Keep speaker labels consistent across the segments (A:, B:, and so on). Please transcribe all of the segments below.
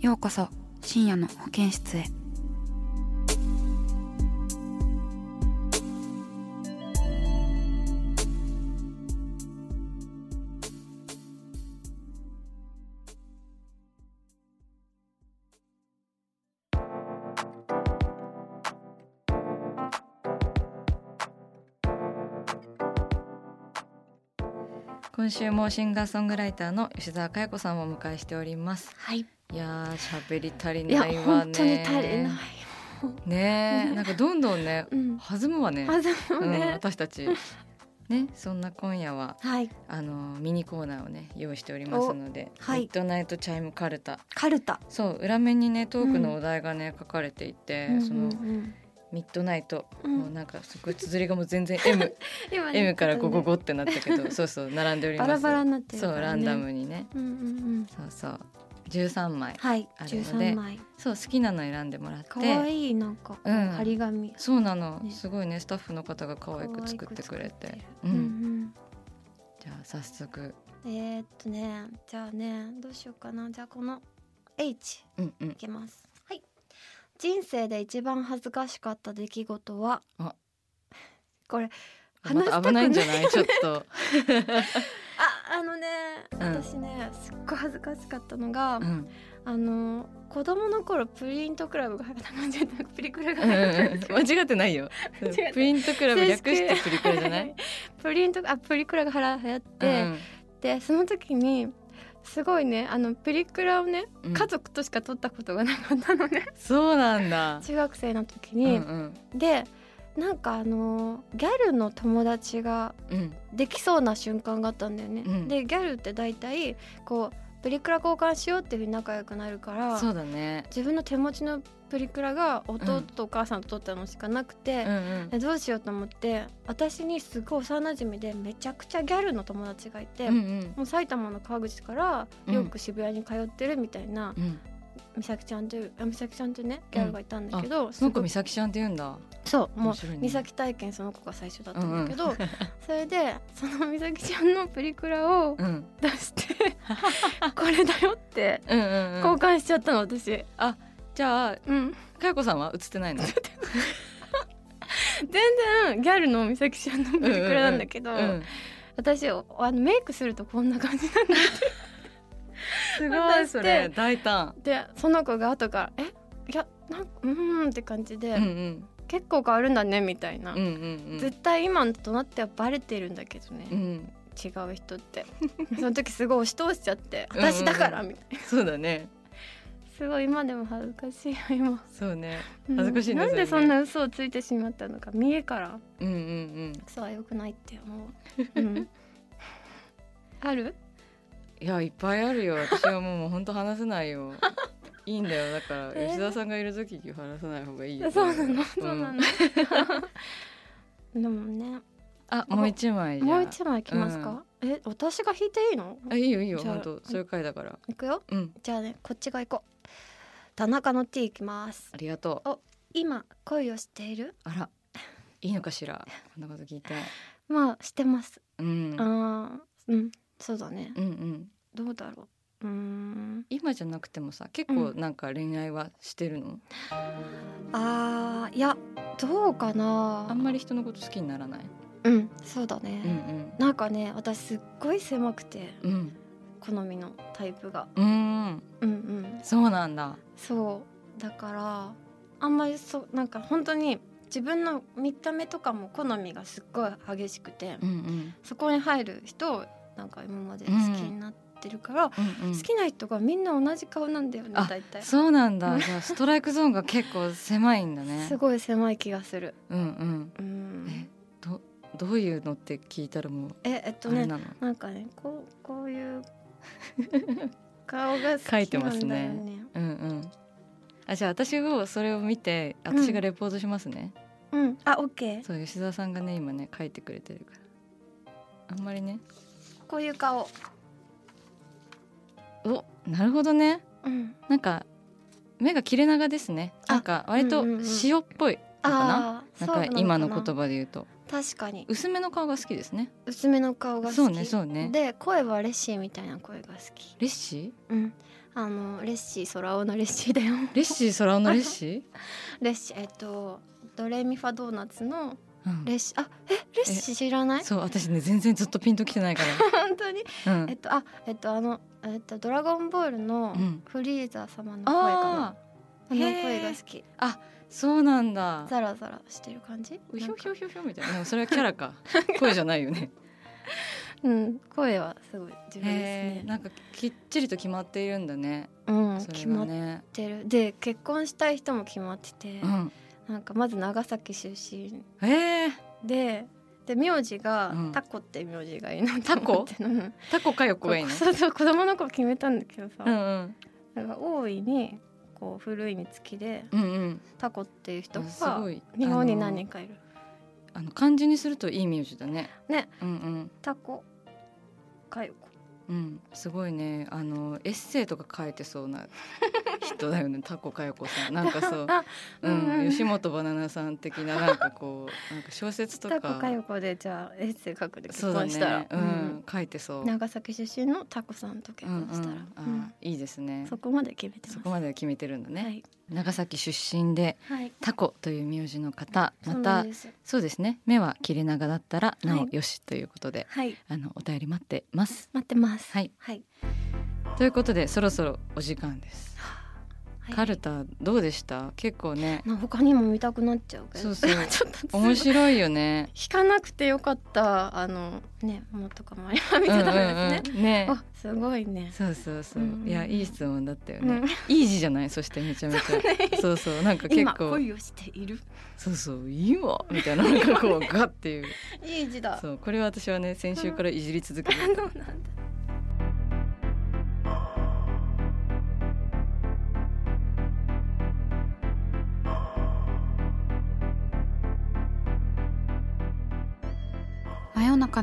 A: ようこそ深夜の保健室へ
B: 今週もシンガーソングライターの吉澤佳代子さんをお迎えしております
C: はい。い
B: いやー喋り足り
C: や
B: ないわ
C: 本
B: ね
C: 当に足りない。
B: ねえなんかどんどんね
C: うん。
B: 弾むわね
C: あでも
B: うん、
C: ね。
B: 私たちねそんな今夜は
C: はい。
B: あのミニコーナーをね用意しておりますので、
C: おはい
B: ミッドナイトチャイムカルタ
C: カルタ。
B: そう裏面にねトークのお題がね、書かれていて、その
C: うん
B: ミッドナイト、
C: うん
B: もうなんかすごい綴りがもう全然 M
C: 今ね
B: M からゴゴ
C: ちょっ
B: ゴってなったけどそうそう並んでお
C: とね
B: り
C: バ
B: ます
C: ラバラになってるか
B: そう
C: ら
B: ラ
C: ね
B: ンダ。ムにね
C: うんうんうん。
B: そうそう13枚
C: はい
B: あ。る
C: 十
B: ので
C: 三枚。
B: そう好きなの選んでもらって
C: 可愛いなんかこう
B: うん
C: 張り紙。
B: そうなの、
C: ね
B: すごいねスタッフの方が可愛く作ってくれてうん
C: うん
B: じゃあ早速
C: うん。えーっとね、じゃあね、どうしようかな。じゃあこの H。
B: うんうん
C: いきます。はい。人生で一番恥ずかしかった出来事は。
B: あ
C: これ。
B: ま
C: 話したた
B: 危な
C: くないい
B: んじゃないちょっと
C: あ、あのね、
B: ん
C: 私ね、すっごい恥ずかしかったのが、
B: うん
C: あの。子供の頃、プリントクラブが流行った、間違えた プリクラが
B: うん
C: 流
B: う
C: 行ったんですけど
B: ん間違ってないよ
C: 間違ってない
B: プリントクラブ略してプリクラじゃな
C: はいい プリント、あ、プリクラが流行って、で、その時に。すごいね、あのプリクラをね、
B: うん
C: 家族としか撮ったことがなかったのね。
B: そうなんだ
C: 中学生の時
B: うん
C: に、
B: うん
C: で、なんかあのギャルの友達が
B: うん
C: できそうな瞬間があったんだよね、
B: うん
C: でギャルって大体こうプリクラ交換しようっていうふうに仲良くなるから
B: そうだね
C: 自分の手持ちのプリクラが弟とお母さんと撮ったのしかなく
B: う
C: て
B: んう、ん
C: でどうしようと思って私にすごい幼馴染でめちゃくちゃギャルの友達がいて、
B: うんうん
C: もう埼玉の川口から
B: うん
C: よく渋谷に通ってるみたいな、
B: うん
C: 美咲ちゃんというあ美咲ちゃんというねギャルがいたんだけど、す
B: その
C: ご
B: 子
C: い
B: 美咲ちゃんって言うんだ
C: そうもう
B: 面白いね
C: 美咲体験その子が最初だったんだけど、それでその美咲ちゃんのプリクラを
B: うんうん
C: 出して これだよって
B: うんうんう
C: 交
B: ん
C: 換しちゃったの私
B: じゃあ
C: うん
B: 佳代子さんは映ってないの
C: 全然ギャルの美咲ちゃんのプリクラなんだけど、
B: うん
C: 私おあのメイクするとこんな感じなんだ
B: すご
C: 渡
B: い
C: して
B: それ大胆
C: ってその子が後から「えいやなんかうーん」って感じで、
B: うんうん
C: 結構変わるんだねみたいな、
B: うんうんうん
C: 絶対今となってはバレてるんだけどね、
B: うん
C: 違う人って その時すごい押し通しちゃって
B: う
C: 「
B: んうんうん
C: 私だから」みたいな。
B: そうだね
C: すごい今でも恥ずかしいよ今
B: そうね
C: うん
B: 恥ずかしいね
C: なん
B: それ
C: で
B: ね
C: そんな嘘をついてしまったのか見えから
B: うんうんうん
C: そうは良くないって思う、 うん、ある
B: いやいっぱいあるよ私はもうもう本当話せないよいいんだよだから
C: えー
B: 吉田さんがいる時話さない方がいいよ
C: そうな
B: う
C: の
B: ん
C: そうなの、でもね
B: あもう一枚じゃあ
C: もう一枚きますか、え私が引いていいの
B: あいいよいいよ
C: じゃあ
B: 本当そういう回だから
C: いくよ
B: うん
C: じゃあねこっちが行こう田中の T いきます
B: ありがとう
C: 今恋をしている
B: あらいいのかしらこんなこと聞いて
C: まあしてます、
B: うん
C: ああーうんそうだね
B: うんうん
C: どうだろううーん
B: 今じゃなくてもさ結構
C: うん
B: なんか恋愛はしてるの
C: あーいやどうかな
B: あんまり人のこと好きにならない
C: うんそうだ
B: うんう
C: ね、
B: ん
C: なんかね私すっごい狭くて
B: うん
C: 好みのタイプが
B: うーん
C: うんうん
B: そうなんだ
C: そだからあんまりそなんか本当に自分の見た目とかも好みがすっごい激しくて、
B: うんうん
C: そこに入る人をなんか今まで好きになってるから、
B: うんうん
C: 好きな人がみんな同じ顔なんだよね
B: あ
C: 大体
B: そうなんだじゃあストライクゾーンが結構狭いんだね
C: すごい狭い気がする
B: うん
C: う
B: うんえ
C: ん
B: どどういうのって聞いたらもう
C: ええっと
B: あれ
C: ね
B: なの
C: なんかねこうこ ういう顔が好き
B: 書いて
C: な
B: ま
C: ん
B: す
C: だよ
B: ね
C: ね
B: うんうんあじゃあ私をそれを見て私がレポートしますね、
C: うんあオッケー
B: そう吉澤さんがね今ね書いてくれてるからあんまりね
C: こういう顔
B: おなるほどね
C: うん
B: なんか目が切れ長ですね
C: あ
B: なんか割と
C: うんうんうん
B: 塩っぽいのかな、
C: あー
B: なんか今の
C: そうな
B: 言
C: か
B: 葉で言うと
C: な確かに
B: 薄めの顔が好きですね
C: 薄めの顔が好き
B: そうねそうね
C: で声はレッシーみたいな声が好き
B: レッシ
C: うんあのレッシー空男のレッシーだよ
B: ーレッシー空男のレッシ
C: レッシーえっとドレミファドーナツの
B: ー、うん
C: レッシーあえレッシー知らない
B: そう私ね全然ずっとピンときてないか
C: 本当に
B: ら、う
C: えっ
B: ん、
C: とあえっとあのえっとドラゴンボールの
B: うん
C: フリーザ様の
B: あ
C: 声か
B: あ
C: な、
B: ー
C: あ
B: へ
C: の
B: ー
C: 声が好き
B: そうなんだ
C: ザラザラしてる感じ
B: うひ
C: な
B: ょ
C: ん
B: ひ
C: か
B: ょひょひょみたいなでもそれはキャラ か声じゃないよね
C: うん声はすごい自分で
B: へ
C: す
B: ー
C: ね
B: なんかきっちりと決まっているんだね
C: うん
B: それ
C: 決ま
B: が
C: っ
B: ね
C: てるで結婚したい人も決まってて、
B: うん
C: なんかまず長崎出身
B: えー、
C: でで名字が、
B: うん
C: タコって名字がいいなと思ってうん
B: タコかよこがいいの
C: そうそう子供の頃決めたんだけどさ、
B: うんうん
C: なんか大いにこう古いにつきで
B: うんうん
C: タコっていう人
B: あす
C: が
B: ごい
C: 日本に何
B: あ
C: 人
B: の
C: かいる
B: あの漢字にするといい名字だね
C: ね
B: うんうん
C: タコかよこ
B: うん、すごいねあのエッセイとか書いてそう な人だよねタコかよこさんなんかそう、
C: あ
B: う
C: うん
B: ん
C: うん
B: 吉本ばななさん的 ななんかこうなんか小説と
C: タ
B: か
C: コかよこでじゃあエッセイ書くで
B: そ
C: 結
B: うだ
C: 婚したら、
B: ね、うん、書いてそう、うん
C: 長崎出身のタコさんと結婚したら、
B: あ
C: うん
B: ーいいですね
C: そこまで決めてます
B: そこまでは決めてるんだね、
C: はい
B: 長崎出身で
C: はい
B: タコという名字の方ま
C: そうな
B: た
C: んです
B: そうですね目は切れ長だったらなおよしということで、
C: はい
B: あのお便り待ってます
C: 待ってます
B: はい
C: はい、
B: ということでそろそろお時間です、
C: はい、
B: カルタどうでした結構ね
C: な他にも見たくなっちゃうけ
B: そ
C: ど
B: うそう
C: ちょっと
B: 面
C: い
B: 白いよね
C: 引かなくてよかったあのねものとかもありま見てたんで
B: うんう
C: すね、
B: んうんね
C: あすごいね
B: そうそうそう、
C: うんうん
B: いやいい質問だったよ
C: う
B: ね、
C: ん
B: いい字じゃないそしてめち ゃめちゃそうそうなんか結
C: 今
B: 構
C: 恋をしている
B: そうそう今みたいななんかこうガッていう
C: いい字だ
B: そうこれは私はね先週からいじり続けてた
C: あのなんだ
A: 真夜中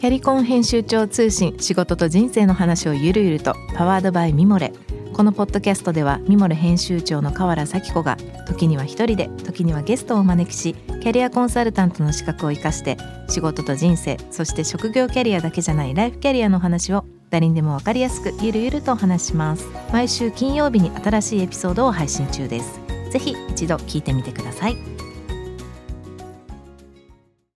D: キャリコン編集長通信仕事と人生の話をゆるゆるとパワードバイミモレこのポッドキャストではミモレ編集長の河原咲子が時には一人で時にはゲストをお招きしキャリアコンサルタントの資格を生かして仕事と人生そして職業キャリアだけじゃないライフキャリアの話を誰にでも分かりやすくゆるゆるとお話します毎週金曜日に新しいエピソードを配信中ですぜひ一度聞いてみてください